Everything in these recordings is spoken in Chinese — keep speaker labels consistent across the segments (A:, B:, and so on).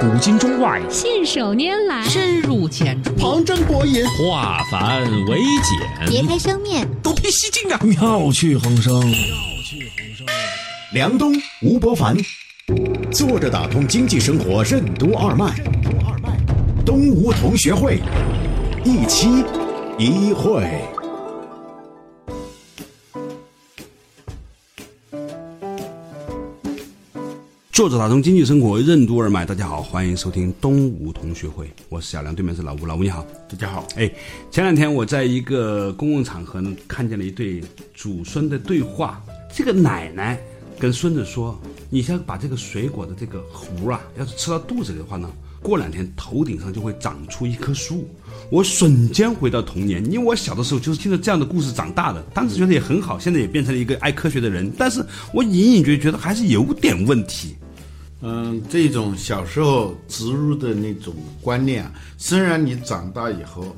A: 古今中外，
B: 信手拈来，
C: 深入浅出，
D: 旁征博引，
E: 化繁为简，
F: 别开生面，
A: 独辟蹊径啊！妙趣横生，妙趣横生。
G: 梁冬、吴伯凡，坐着打通经济生活任督二脉，东吴同学会，一期一会。
H: 作者打通经济生活任督二脉，大家好，欢迎收听东吴同学会，我是小梁，对面是老吴，老吴你好，
I: 大家好。
H: 哎，前两天我在一个公共场合呢，看见了一对祖孙的对话，这个奶奶跟孙子说：“你先把这个水果的这个核啊，要是吃到肚子里的话呢，过两天头顶上就会长出一棵树。”我瞬间回到童年，因为我小的时候就是听着这样的故事长大的，当时觉得也很好，现在也变成了一个爱科学的人，但是我隐隐觉觉得还是有点问题。
I: 嗯，这种小时候植入的那种观念啊，虽然你长大以后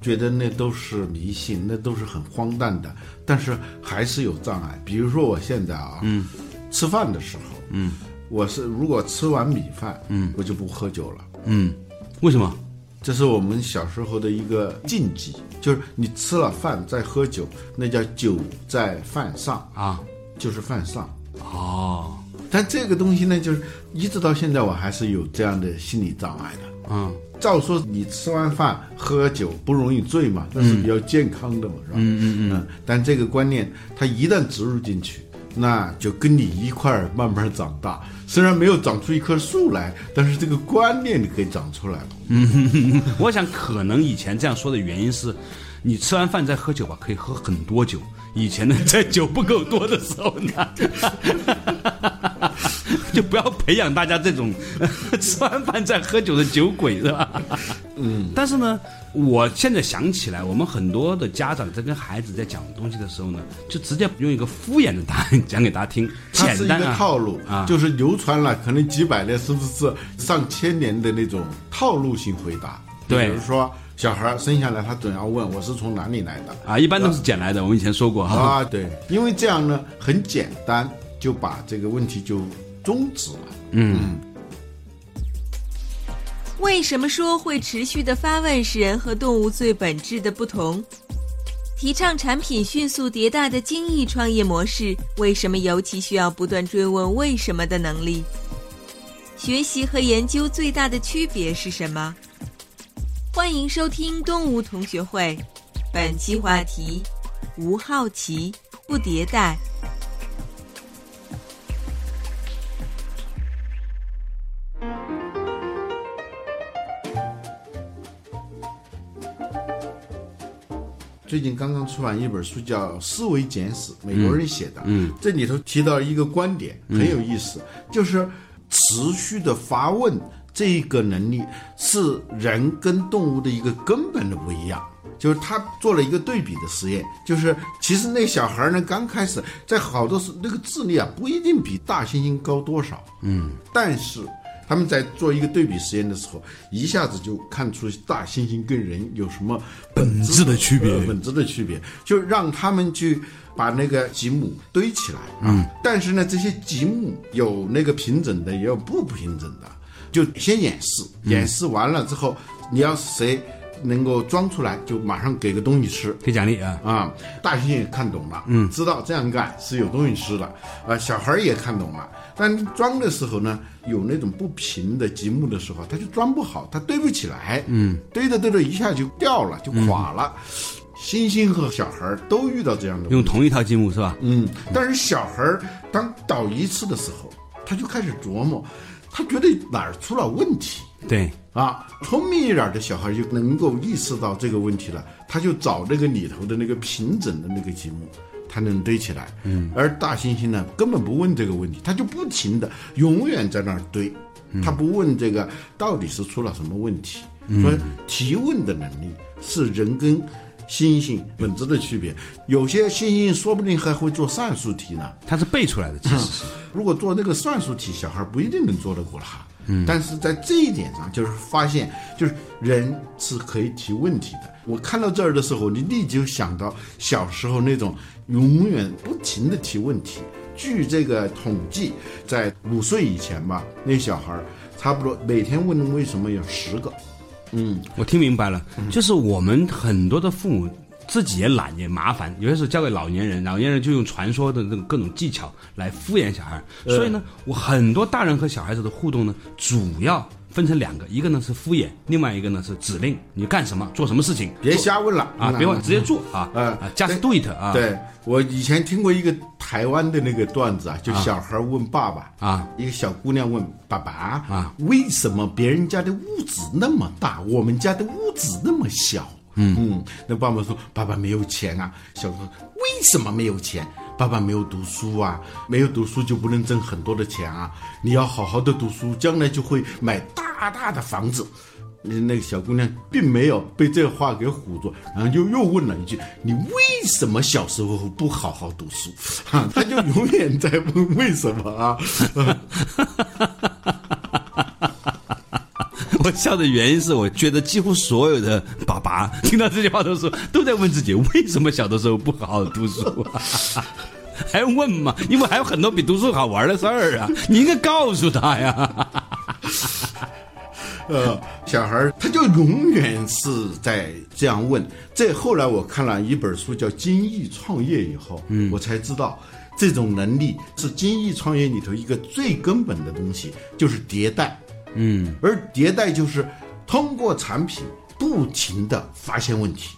I: 觉得那都是迷信，那都是很荒诞的，但是还是有障碍。比如说我现在啊，嗯，吃饭的时候，嗯，我是如果吃完米饭，嗯，我就不喝酒了。
H: 嗯，为什么？
I: 这是我们小时候的一个禁忌，就是你吃了饭再喝酒，那叫酒在饭上
H: 啊，
I: 就是犯上。
H: 哦，
I: 但这个东西呢，就是一直到现在，我还是有这样的心理障碍的。
H: 嗯，
I: 照说你吃完饭喝酒不容易醉嘛，那是比较健康的嘛，是吧？
H: 嗯
I: 嗯嗯。但这个观念，它一旦植入进去，那就跟你一块儿慢慢长大。虽然没有长出一棵树来，但是这个观念你可以长出来了。
H: 我想可能以前这样说的原因是，你吃完饭再喝酒吧，可以喝很多酒。以前呢，在酒不够多的时候呢， 就不要培养大家这种 吃完饭再喝酒的酒鬼，是吧？嗯。但是呢，我现在想起来，我们很多的家长在跟孩子在讲东西的时候呢，就直接用一个敷衍的答案讲给大家听，
I: 它是
H: 简
I: 一
H: 单
I: 个
H: 啊。
I: 套路，
H: 啊
I: 就是流传了可能几百年，甚至是上千年的那种套路性回答。
H: 对
I: 比如说小孩儿生下来，他总要问我是从哪里来的
H: 啊，一般都是捡来的，我们以前说过哈。
I: 啊，对，因为这样呢很简单，就把这个问题就终止了。
J: 为什么说会持续的发问是人和动物最本质的不同？提倡产品迅速迭代的精益创业模式，为什么尤其需要不断追问为什么的能力？学习和研究最大的区别是什么？欢迎收听东吴同学会，本期话题：无好奇，不迭代。
I: 最近刚刚出版一本书叫《思维简史》，美国人写的。嗯，这里头提到一个观点很有意思，就是持续的发问这个能力是人跟动物的一个根本的不一样。就是他做了一个对比的实验，就是其实那小孩呢，刚开始在好多时那个智力啊，不一定比大猩猩高多少。嗯，但是他们在做一个对比实验的时候，一下子就看出大猩猩跟人有什么本质的区别，呃本质的区别，就让他们去把那个吉姆堆起来啊。但是呢，这些吉姆有那个平整的，也有不平整的，就先演示，演示完了之后，你要是谁能够装出来，就马上给个东西吃。
H: 给奖励啊，
I: 啊、大猩猩也看懂了，嗯，知道这样干是有东西吃的，啊、小孩儿也看懂了。但装的时候呢，有那种不平的积木的时候，他就装不好，他堆不起来，嗯，堆着堆着一下就掉了，就垮了。猩猩和小孩儿都遇到这样的问
H: 用
I: 题，
H: 同一套积木是吧？
I: 嗯，但是小孩儿当倒一次的时候，他就开始琢磨，他觉得哪儿出了问题，
H: 对，
I: 啊，聪明一点的小孩就能够意识到这个问题了，他就找那个里头的那个平整的那个积木，他能堆起来。嗯，而大猩猩呢，根本不问这个问题，他就不停的永远在那儿堆，他不问这个到底是出了什么问题。所以提问的能力是人跟猩猩本质的区别。有些猩猩说不定还会做算术题呢。
H: 它是背出来的，其实是。
I: 如果做那个算术题，小孩不一定能做得过他。嗯，但是在这一点上，就是发现，就是人是可以提问题的。我看到这儿的时候，你立即就想到小时候那种永远不停的提问题。据这个统计，在五岁以前吧，那小孩儿差不多每天问为什么有十个，
H: 我听明白了，就是我们很多的父母自己也懒也麻烦，有些时候交给老年人，老年人就用传说的这种各种技巧来敷衍小孩儿。所以呢，我很多大人和小孩子的互动呢，主要分成两个，一个呢是敷衍，另外一个呢是指令，你干什么，做什么事情，
I: 别瞎问了
H: 啊，别问，直接做啊，
I: 嗯
H: 啊，just do it 啊，
I: 对我以前听过一个台湾的那个段子啊，就小孩问爸爸
H: 啊，
I: 一个小姑娘问爸爸
H: 啊，
I: 为什么别人家的屋子那么大，我们家的屋子那么小？嗯嗯，那爸爸说爸爸没有钱啊，小姑娘为什么没有钱？爸爸没有读书啊，没有读书就不能挣很多的钱啊！你要好好的读书，将来就会买大大的房子。那个小姑娘并没有被这话给唬住，然后又又问了一句：“你为什么小时候不好好读书？” 啊，她就永远在问为什么啊。
H: 我笑的原因是，我觉得几乎所有的爸爸 听到这句话的时候，都在问自己为什么小的时候不好好读书、啊。 还用问吗？因为还有很多比读书好玩的事儿啊！你应该告诉他呀。
I: 呃，小孩儿他就永远是在这样问。这后来我看了一本书叫《精益创业》以后，嗯，我才知道这种能力是精益创业里头一个最根本的东西，就是迭代。嗯，而迭代就是通过产品不停的发现问题，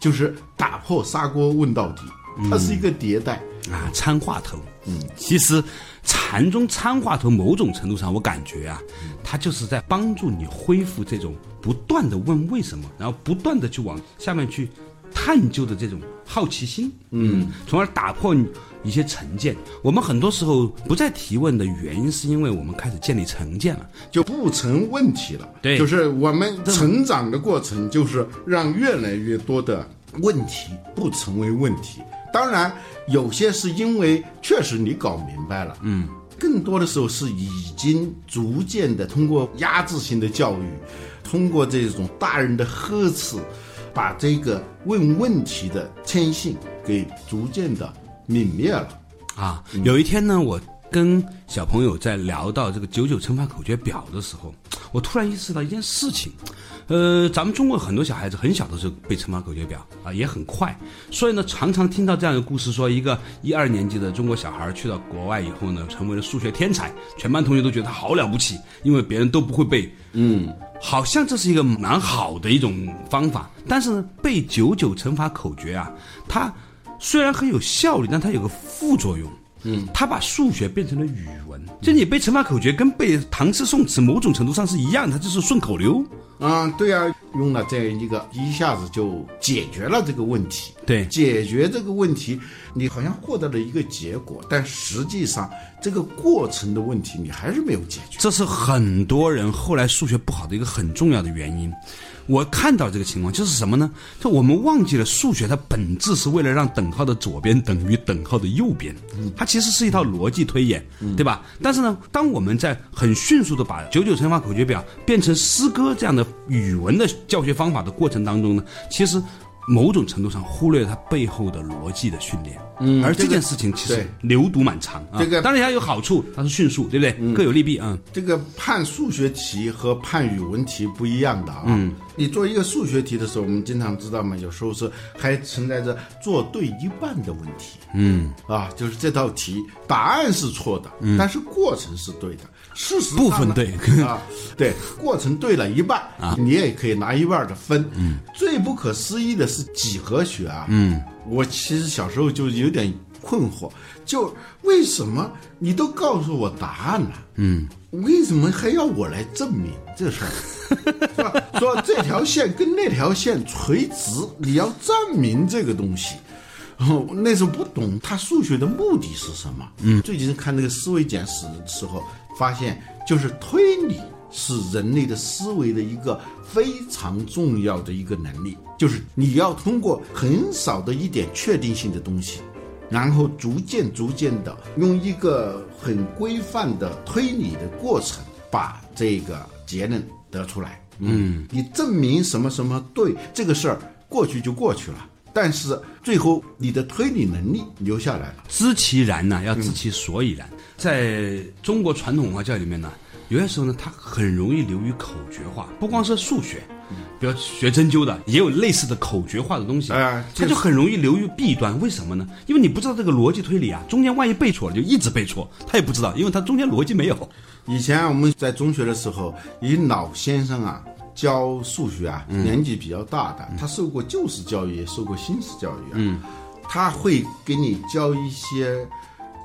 I: 就是打破砂锅问到底，它是一个迭代。
H: 啊，参话头。嗯，其实禅宗参话头，某种程度上我感觉啊，它就是在帮助你恢复这种不断的问为什么，然后不断的去往下面去探究的这种好奇心。嗯，从而打破你一些成见。我们很多时候不再提问的原因，是因为我们开始建立成见了。
I: 就不成问题了。
H: 对
I: 就是我们成长的过程，就是让越来越多的问题不成为问题。当然，有些是因为确实你搞明白了，嗯，更多的时候是已经逐渐的通过压制性的教育，通过这种大人的呵斥，把这个问问题的天性给逐渐的泯灭了。
H: 啊，有一天呢，我跟小朋友在聊到这个九九乘法口诀表的时候，我突然意识到一件事情，呃，咱们中国很多小孩子很小的时候背乘法口诀表啊，也很快，所以呢，常常听到这样的故事说，一个一二年级的中国小孩去到国外以后呢，成为了数学天才，全班同学都觉得他好了不起，因为别人都不会背，好像这是一个蛮好的一种方法，但是呢，背九九乘法口诀啊，它虽然很有效率，但它有个副作用。嗯，它把数学变成了语文，就你背乘法口诀跟背唐诗宋词某种程度上是一样的，它就是顺口溜。
I: 啊，对啊，用了这一个，一下子就解决了这个问题。
H: 对
I: 解决这个问题，你好像获得了一个结果，但实际上这个过程的问题你还是没有解决。
H: 这是很多人后来数学不好的一个很重要的原因。我看到这个情况就是什么呢？就我们忘记了数学它本质是为了让等号的左边等于等号的右边，它其实是一套逻辑推演，对吧？但是呢，当我们在很迅速的把九九乘法口诀表变成诗歌这样的语文的教学方法的过程当中呢，其实某种程度上忽略了它背后的逻辑的训练。嗯，而这件事情其实
I: 对
H: 流毒蛮长啊。
I: 这个
H: 当然它有好处，它是迅速，对不对？各有利弊啊。嗯
I: 这个判数学题和判语文题不一样的啊。你做一个数学题的时候，我们经常知道嘛，有时候是还存在着做对一半的问题。嗯，啊，就是这道题答案是错的，但是过程是对的，事实上呢
H: 部分对
I: 啊，对，过程对了一半你也可以拿一半的分。嗯，最不可思议的是几何学啊。嗯，我其实小时候就有点困惑，就为什么你都告诉我答案了、嗯。为什么还要我来证明这事儿？ 是吧？说这条线跟那条线垂直，你要证明这个东西。哦，那时候不懂他数学的目的是什么。嗯，最近看那个思维简史的时候，发现就是推理是人类的思维的一个非常重要的一个能力，就是你要通过很少的一点确定性的东西，然后逐渐逐渐的用一个很规范的推理的过程，把这个结论得出来。嗯，你证明什么什么对这个事儿过去就过去了，但是最后你的推理能力留下来了。
H: 知其然呢、要知其所以然。在中国传统文化教育里面呢，
K: 有些时候呢，它很容易流于口诀化，不光是数学，比如学针灸的也有类似的口诀化的东西，
I: 哎
K: 它
I: 这
K: 就很容易流于弊端。为什么呢？因为你不知道这个逻辑推理啊，中间万一背错了就一直背错，他也不知道，因为他中间逻辑没有。
I: 以前我们在中学的时候，一老先生啊教数学啊，年纪比较大的，他受过旧式教育，也受过新式教育啊，他会给你教一些。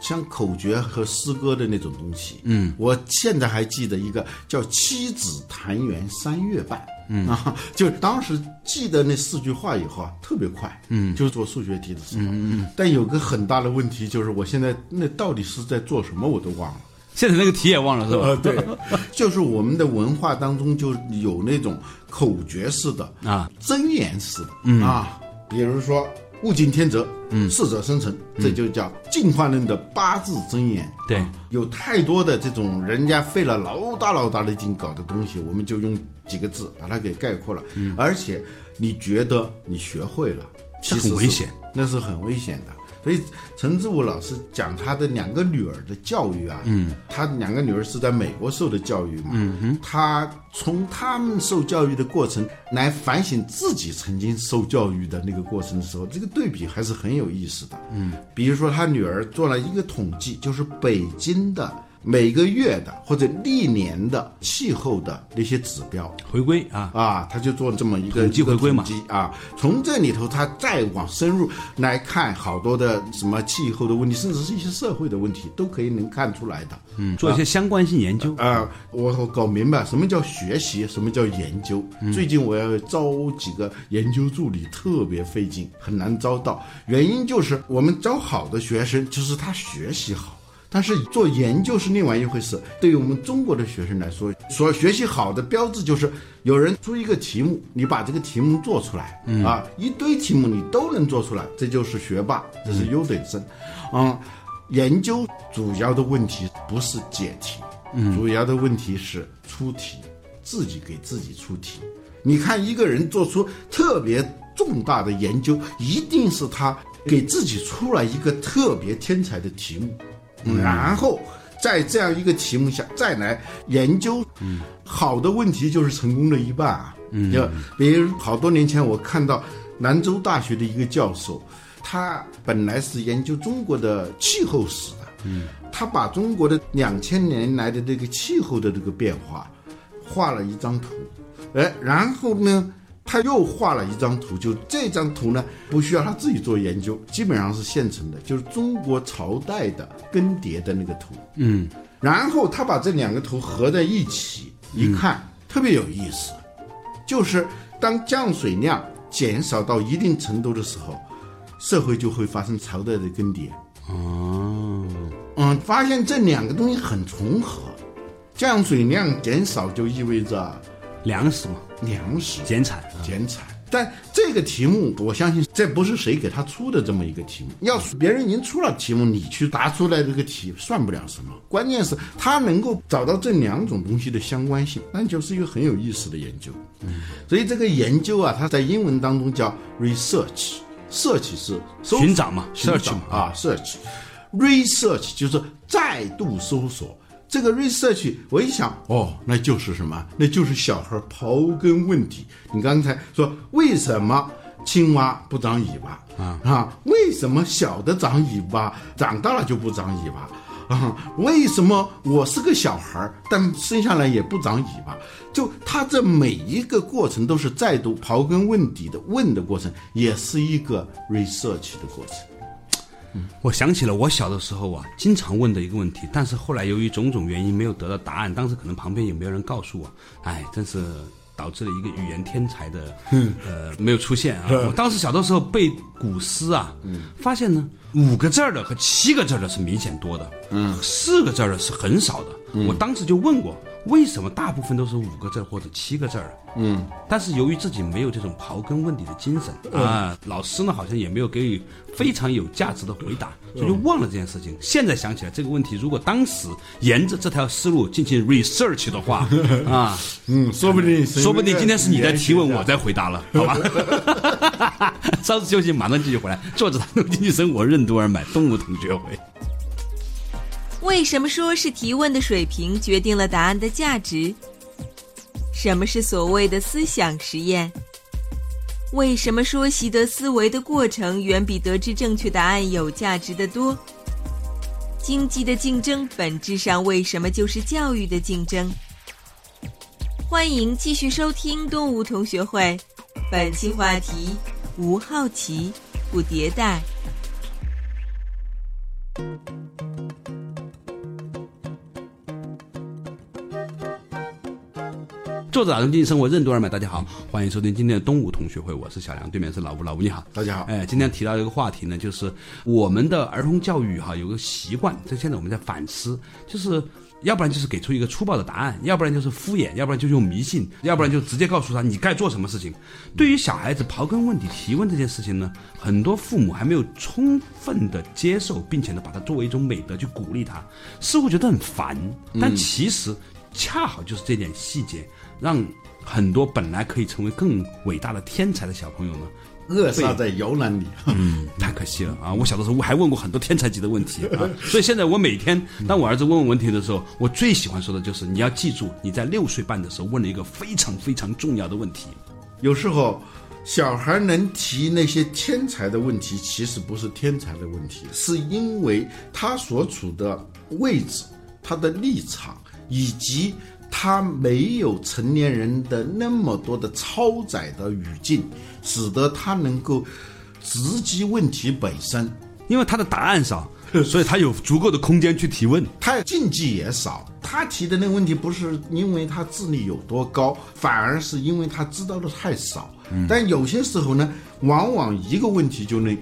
I: 像口诀和诗歌的那种东西，嗯，我现在还记得一个叫《七子弹园三月半》，嗯 啊，就当时记得那四句话以后啊，特别快，嗯，就是做数学题的时候，嗯嗯，但有个很大的问题就是，我现在那到底是在做什么，我都忘了。
H: 现在那个题也忘了是吧？
I: 呃， 对，就是我们的文化当中就有那种口诀式的
H: 啊，
I: 箴言式的、啊，比如说“物竞天择，嗯，适者生存”，这就叫进化论的八字箴言。
H: 对
I: 啊有太多的这种人家费了老大老大的劲搞的东西，我们就用几个字把它给概括了。而且你觉得你学会了，其
K: 这
I: 实
K: 很
I: 是
K: 危险，
I: 那是很危险的。所以陈志武老师讲他的两个女儿的教育啊，嗯，他两个女儿是在美国受的教育嘛，嗯他从他们受教育的过程来反省自己曾经受教育的那个过程的时候，这个对比还是很有意思的，嗯，比如说他女儿做了一个统计，就是北京的每个月的或者历年的气候的那些指标，
H: 回归啊，
I: 啊，他就做了这么一个
H: 统计回归嘛
I: 一个统计啊，从这里头他再往深入来看，好多的什么气候的问题，甚至是一些社会的问题，都可以能看出来的。
H: 嗯，做一些相关性研究。
I: 啊、我我搞明白什么叫学习，什么叫研究。最近我要招几个研究助理，特别费劲，很难招到。原因就是我们招好的学生，就是他学习好。但是做研究是另外一回事。对于我们中国的学生来说，所学习好的标志就是有人出一个题目，你把这个题目做出来、啊，一堆题目你都能做出来，这就是学霸，这是优等生。嗯，研究主要的问题不是解题，主要的问题是出题，自己给自己出题。你看一个人做出特别重大的研究，一定是他给自己出来一个特别天才的题目，然后在这样一个题目下再来研究。好的问题就是成功的一半啊。就比如好多年前我看到兰州大学的一个教授，他本来是研究中国的气候史的，嗯，他把中国的两千年来的这个气候的这个变化画了一张图，哎，然后呢，他又画了一张图，就这张图呢不需要他自己做研究，基本上是现成的，就是中国朝代的更迭的那个图，
H: 嗯，
I: 然后他把这两个图合在一起一看，
H: 嗯
I: 特别有意思，就是当降水量减少到一定程度的时候，社会就会发生朝代的更迭。
H: 哦，
I: 嗯，发现这两个东西很重合，降水量减少就意味着
H: 粮食嘛，
I: 粮食
H: 减产。
I: 减产。但这个题目，我相信这不是谁给他出的这么一个题目。要是别人已经出了题目，你去答出来这个题，算不了什么。关键是他能够找到这两种东西的相关性，那就是一个很有意思的研究。所以这个研究啊，它在英文当中叫 research。search 是搜
H: 寻找嘛
I: 寻
H: search
I: 找
H: 嘛
I: 啊，search。research 就是再度搜索。这个 research 我一想，哦，那就是什么？那就是小孩刨根问底。你刚才说为什么青蛙不长尾巴啊？啊，为什么小的长尾巴，长大了就不长尾巴？啊， 为什么我是个小孩儿，但生下来也不长尾巴？就他这每一个过程都是再度刨根问底的问的过程，也是一个 research 的过程。
H: 我想起了我小的时候啊，经常问的一个问题，但是后来由于种种原因没有得到答案，当时可能旁边也没有人告诉我，哎，真是导致了一个语言天才的呃没有出现啊。我当时小的时候背古诗啊，发现呢五个字儿的和七个字儿的是明显多的，嗯，四个字儿的是很少的。
I: 嗯
H: 我当时就问过，为什么大部分都是五个字儿或者七个字儿？嗯，但是由于自己没有这种刨根问底的精神
I: 嗯
H: 啊，老师呢好像也没有给予非常有价值的回答，
I: 嗯
H: 所以就忘了这件事情。现在想起来这个问题，如果当时沿着这条思路进行 research 的 话啊，
I: 嗯，说不定，
H: 说不定今天是你在提问，我在回答了，好吧？ 稍事休息，马上继续回来。坐着谈论经济生活，任督二脉，东吴同学会。
J: 为什么说是提问的水平决定了答案的价值？什么是所谓的思想实验？为什么说习得思维的过程远比得知正确答案有价值的多？经济的竞争本质上为什么就是教育的竞争？欢迎继续收听东吴同学会，本期话题：无好奇，不迭代。
H: 作者打通经济生活任督二脉，大家好，欢迎收听今天的东吴同学会，我是小梁，对面是老吴，老吴你好，
I: 大家好，
H: 哎，今天提到一个话题呢，就是我们的儿童教育哈有个习惯，这现在我们在反思，就是要不然就是给出一个粗暴的答案，要不然就是敷衍，要不然就用迷信，要不然就直接告诉他你该做什么事情。对于小孩子刨根问底提问这件事情呢，很多父母还没有充分的接受，并且呢把它作为一种美德去鼓励嗯他，似乎觉得很烦，但其实恰好就是这点细节让。很多本来可以成为更伟大的天才的小朋友呢，
I: 扼杀在摇篮里。
H: 太可惜了啊！我小的时候还问过很多天才级的问题啊，所以现在我每天当我儿子问我问题的时候，我最喜欢说的就是你要记住，你在六岁半的时候问了一个非常非常重要的问题。
I: 有时候，小孩能提那些天才的问题，其实不是天才的问题，是因为他所处的位置、他的立场，以及他没有成年人的那么多的超载的语境，使得他能够直击问题本身。
H: 因为他的答案少，所以他有足够的空间去提问。
I: 他禁忌也少。他提的那个问题不是因为他智力有多高，反而是因为他知道的太少。但有些时候呢，往往一个问题就能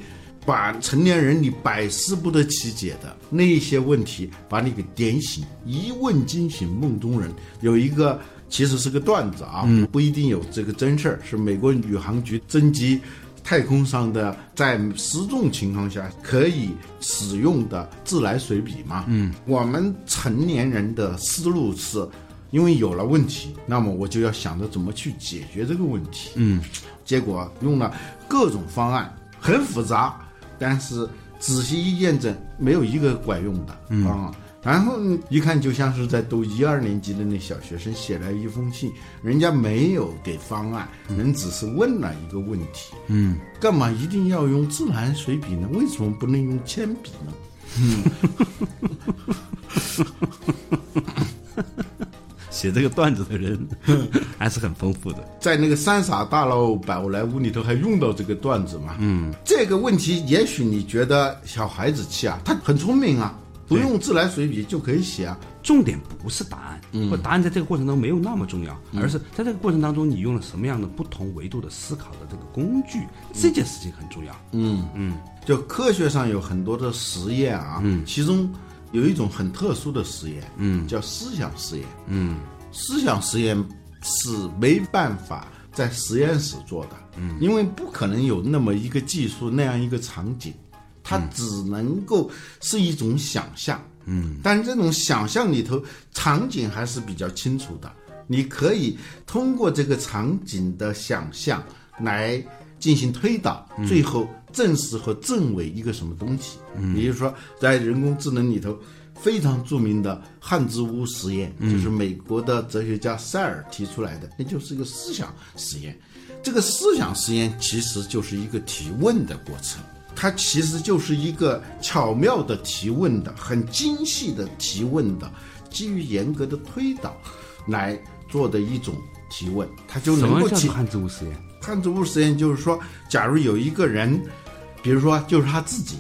I: 把成年人你百思不得其解的那一些问题，把你给点醒。一问惊醒梦中人，有一个。其实是个段子啊，不一定有这个真事儿，是美国宇航局征集太空上的在失重情况下可以使用的自来水笔嘛。嗯，我们成年人的思路是，因为有了问题，那么我就要想着怎么去解决这个问题。嗯，结果用了各种方案，很复杂，但是仔细一验证，没有一个管用的。嗯啊。然后一看就像是在读一二年级的那小学生写了一封信，人家没有给方案，人只是问了一个问题，嗯，干嘛一定要用自来水笔呢？为什么不能用铅笔呢？
H: 写这个段子的 人还是很丰富的。
I: 在那个三傻大闹宝莱坞里头还用到这个段子嘛？嗯，这个问题也许你觉得小孩子气啊，他很聪明啊，不用自来水笔就可以写啊。
H: 重点不是答案，或答案在这个过程当中没有那么重要，而是在这个过程当中你用了什么样的不同维度的思考的这个工具，这件事情很重要。
I: 就科学上有很多的实验啊，其中有一种很特殊的实验，嗯，叫思想实验，嗯，思想实验是没办法在实验室做的，嗯，因为不可能有那么一个技术那样一个场景，它只能够是一种想象，嗯，但这种想象里头场景还是比较清楚的，你可以通过这个场景的想象来进行推导，最后证实和证伪一个什么东西。嗯、也就是说，在人工智能里头。非常著名的汉字屋实验，就是美国的哲学家塞尔提出来的，那就是一个思想实验。这个思想实验其实就是一个提问的过程，它其实就是一个巧妙的提问的、很精细的提问的，基于严格的推导来做的一种提问，它就
H: 什
I: 能
H: 么
I: 够
H: 叫
I: 提
H: 做汉字五实验？
I: 汉字物实验就是说，假如有一个人，比如说就是他自己，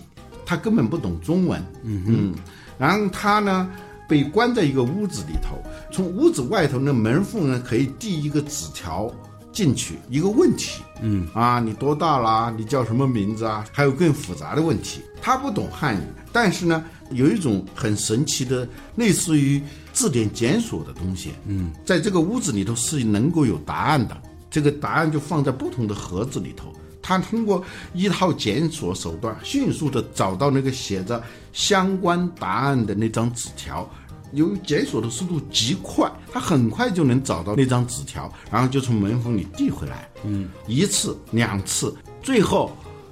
I: 他根本不懂中文，嗯嗯，然后他呢被关在一个屋子里头，从屋子外头那门缝呢可以递一个纸条进去，一个问题，嗯啊，你多大啦？你叫什么名字啊？还有更复杂的问题，他不懂汉语，但是呢有一种很神奇的类似于字典检索的东西，嗯，在这个屋子里头是能够有答案的。这个答案就放在不同的盒子里头。他通过一套检索手段，迅速地找到那个写着相关答案的那张纸条。由于检索的速度极快，他很快就能找到那张纸条，然后就从门缝里递回来。嗯，一次、两次，最后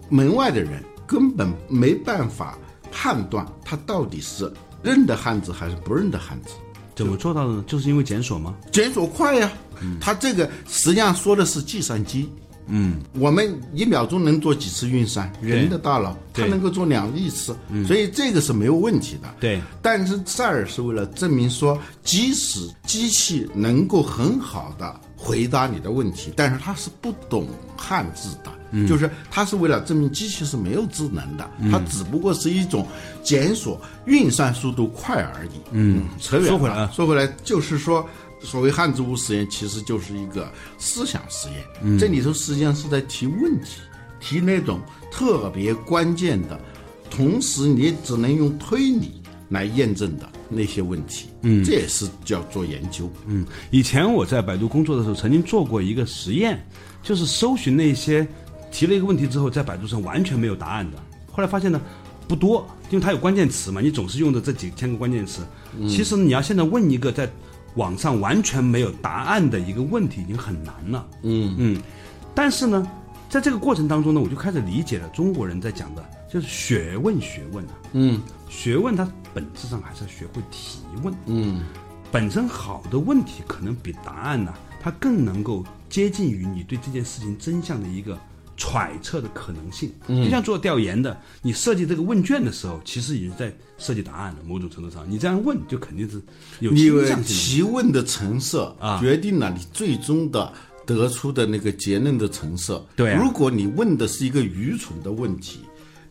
I: 门外的人根本没办法判断他到底是认得汉字还是不认得汉字。
H: 怎么做到的呢？就是因为检索吗？
I: 检索快呀、
H: 嗯
I: 它这个实际上说的是计算机。嗯，我们一秒钟能做几次运算？人的大脑它
H: 对嗯
I: 能够做两亿次，所以这个是没有问题的。
H: 对
I: 但是塞尔是为了证明说，即使机器能够很好的回答你的问题，但是它是不懂汉字的，
H: 嗯
I: 就是它是为了证明机器是没有智能的，它只不过是一种检索运算速度快而已。嗯，扯远了。
H: 说回来啊
I: 说回来就是说。所谓汉字无实验，其实就是一个思想实验。嗯、这里头实际上是在提问题，提那种特别关键的，同时你只能用推理来验证的那些问题。嗯，这也是叫做研究。
H: 嗯，以前我在百度工作的时候，曾经做过一个实验，就是搜寻那些提了一个问题之后，在百度上完全没有答案的。后来发现呢，不多，因为它有关键词嘛，你总是用的这几千个关键词。其实你要现在问一个在网上完全没有答案的一个问题，已经很难了。嗯嗯，但是呢，在这个过程当中呢，我就开始理解了中国人在讲的，就是学问学问啊。嗯，学问它本质上还是要学会提问。嗯。本身好的问题，可能比答案呢、它更能够接近于你对这件事情真相的一个揣测的可能性。就像做调研的，你设计这个问卷的时候，其实已经在设计答案了。某种程度上，你这样问就肯定是有
I: 你
H: 倾向性啊
I: 提问的成色决定了你最终的得出的那个结论的成色。
H: 对啊
I: 如果你问的是一个愚蠢的问题，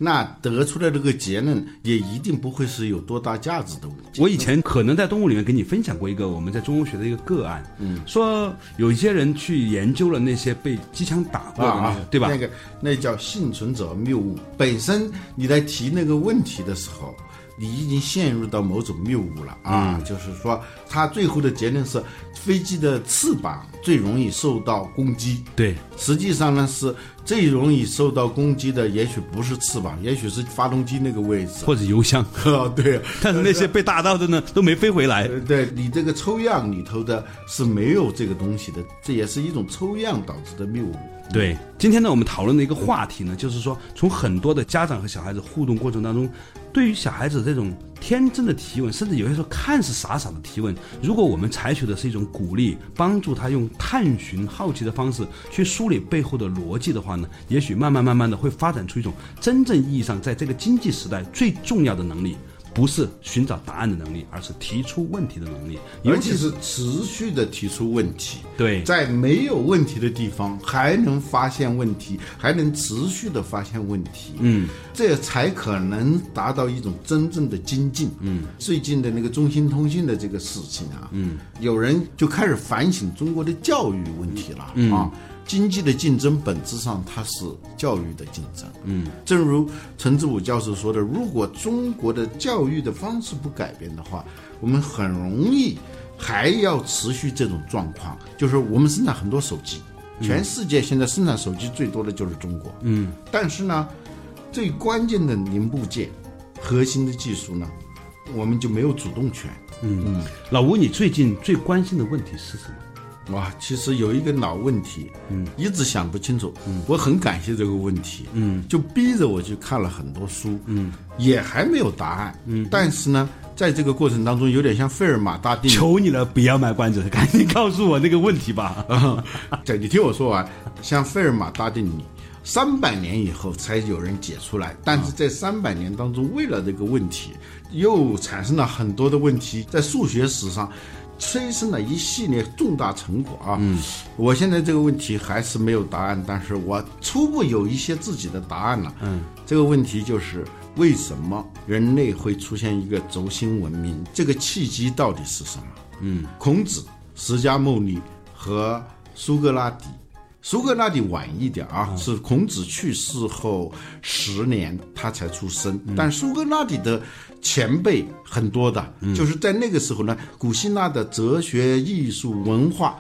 I: 那得出来这个结论也一定不会是有多大价值的问题。
H: 的。我以前可能在动物里面给你分享过一个我们在中国学的一个个案，嗯，说有一些人去研究了那些被机枪打过的那
I: 啊
H: 个，，对吧？
I: 那个那叫幸存者谬误。本身你在提那个问题的时候，你已经陷入到某种谬误了啊，
H: 嗯
I: 就是说他最后的结论是飞机的翅膀最容易受到攻击。
H: 对，
I: 实际上呢是最容易受到攻击的，也许不是翅膀，也许是发动机那个位置。
H: 或者邮箱，
I: 啊，对，
H: 但是那些被打到的呢，都没飞回来。
I: 呃对你这个抽样里头的是没有这个东西的，这也是一种抽样导致的谬误。
H: 对，今天呢，我们讨论的一个话题呢，就是说，从很多的家长和小孩子互动过程当中，对于小孩子这种天真的提问，甚至有些时候看似傻傻的提问，如果我们采取的是一种鼓励，帮助他用探寻、好奇的方式去梳理背后的逻辑的话呢，也许慢慢慢慢的会发展出一种真正意义上在这个经济时代最重要的能力。不是寻找答案的能力，而是提出问题的能力，尤
I: 尤
H: 其
I: 其
H: 是
I: 是持续的提出问题，
H: 对
I: 在没有问题的地方还能发现问题，还能持续的发现问题，嗯，这才可能达到一种真正的精进。嗯，最近的那个中兴通讯的这个事情啊，嗯，有人就开始反省中国的教育问题了、啊。经济的竞争本质上它是教育的竞争，嗯，正如陈志武教授说的，如果中国的教育的方式不改变的话，我们很容易还要持续这种状况，就是我们生产很多手机，全世界现在生产手机最多的就是中国。嗯，但是呢，最关键的零部件、核心的技术呢，我们就没有主动权。
H: 老吴，你最近最关心的问题是什么？
I: 哇，其实有一个老问题，嗯，一直想不清楚，嗯，我很感谢这个问题，嗯，就逼着我去看了很多书，嗯，也还没有答案，嗯，但是呢，在这个过程当中，有点像费尔马大定律，
H: 求你了，不要卖关子，赶紧告诉我那个问题吧。
I: 对，你听我说完，像费尔马大定理，三百年以后才有人解出来，但是在三百年当中，为了这个问题，又产生了很多的问题，在数学史上。催生了一系列重大成果啊！嗯，我现在这个问题还是没有答案，但是我初步有一些自己的答案了。嗯，这个问题就是为什么人类会出现一个轴心文明？这个契机到底是什么？嗯，孔子、释迦牟尼和苏格拉底。苏格拉底晚一点啊，是孔子去世后十年他才出生，但苏格拉底的前辈很多的，就是在那个时候呢，古希腊的哲学、艺术、文化。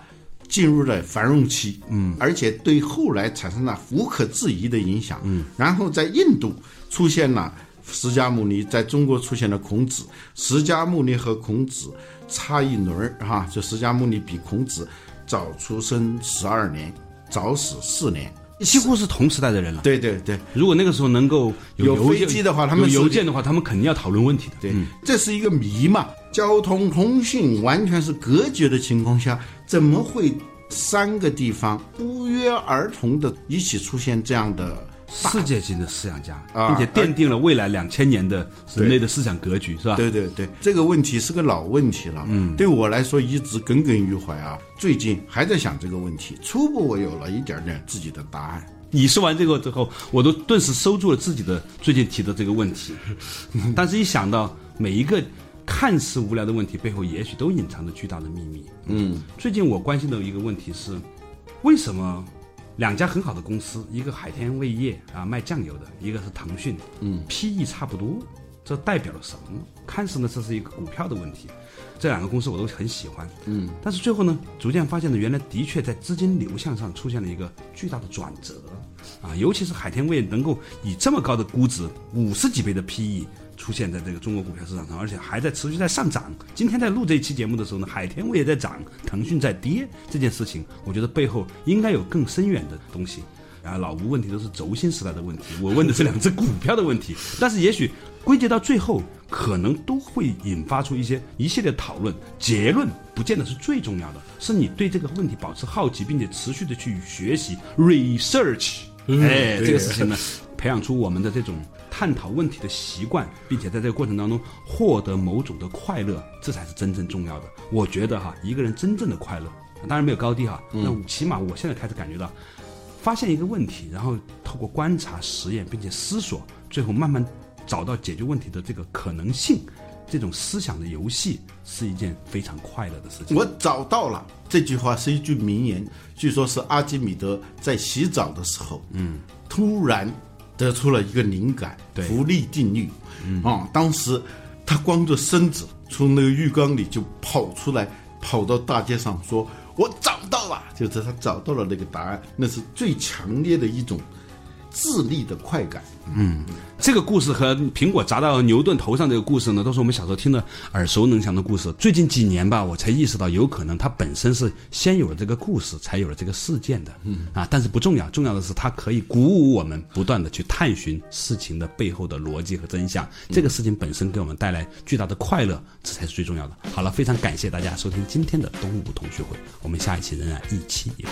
I: 进入了繁荣期，嗯，而且对后来产生了无可置疑的影响，嗯，然后在印度出现了释迦牟尼在中国出现了孔子，释迦牟尼和孔子差一轮儿哈、就释迦牟尼比孔子早出生十二年，早死四年，
H: 几乎是同时代的人了。
I: 对对对
H: 如果那个时候能够
I: 有
H: 邮
I: 飞
H: 件
I: 机的话他们
H: 有邮
I: 是
H: 件的话，他们肯定要讨论问题的。嗯
I: 对，这是一个谜嘛。交通通信完全是隔绝的情况下，怎么会三个地方不约而同的一起出现这样的？
H: 世界级的思想家，
I: 啊
H: 并且奠定了未来两千年的人类的思想格局，是吧？
I: 对对对，这个问题是个老问题了。嗯，对我来说一直耿耿于怀啊，最近还在想这个问题。初步我有了一点点自己的答案。
H: 你说完这个之后，我都顿时收住了自己的最近提的这个问 题，但是一想到每一个看似无聊的问题背后，也许都隐藏着巨大的秘密。嗯，最近我关心的一个问题是，为什么两家很好的公司，一个海天味业啊卖酱油的，一个是腾讯，嗯，PE 差不多，这代表了什么呢？看似呢这是一个股票的问题，这两个公司我都很喜欢，嗯，但是最后呢，逐渐发现呢，原来的确在资金流向上出现了一个巨大的转折，啊，尤其是海天味业能够以这么高的估值，五十几倍的 PE。出现在这个中国股票市场上，而且还在持续在上涨。今天在录这一期节目的时候呢，海天味业在涨，腾讯在跌，这件事情，我觉得背后应该有更深远的东西。啊，老吴问题都是轴心时代的问题，我问的是两只股票的问题。但是也许归结到最后，可能都会引发出一些一系列讨论。结论不见得是最重要的，是你对这个问题保持好奇，并且持续的去学习 research。哎，这个事情呢，培养出我们的这种探讨问题的习惯，并且在这个过程当中获得某种的快乐，这才是真正重要的。我觉得哈，一个人真正的快乐，当然没有高低哈，那起码我现在开始感觉到，发现一个问题，然后透过观察、实验，并且思索，最后慢慢找到解决问题的这个可能性，这种思想的游戏是一件非常快乐的事情。
I: 我找到了这句话是一句名言，据说是阿基米德在洗澡的时候，嗯，突然得出了一个灵感，
H: 对
I: 浮力定律，嗯啊，当时他光着身子从那个浴缸里就跑出来，跑到大街上说：“我找到了！”就是他找到了那个答案，那是最强烈的一种智力的快感。
H: 这个故事和苹果砸到牛顿头上这个故事呢，都是我们小时候听的耳熟能详的故事。最近几年吧，我才意识到，有可能它本身是先有了这个故事，才有了这个事件的。嗯啊，但是不重要，重要的是它可以鼓舞我们不断的去探寻事情的背后的逻辑和真相。这个事情本身给我们带来巨大的快乐，这才是最重要的。好了，非常感谢大家收听今天的东吴同学会，我们下一期仍然一期一会。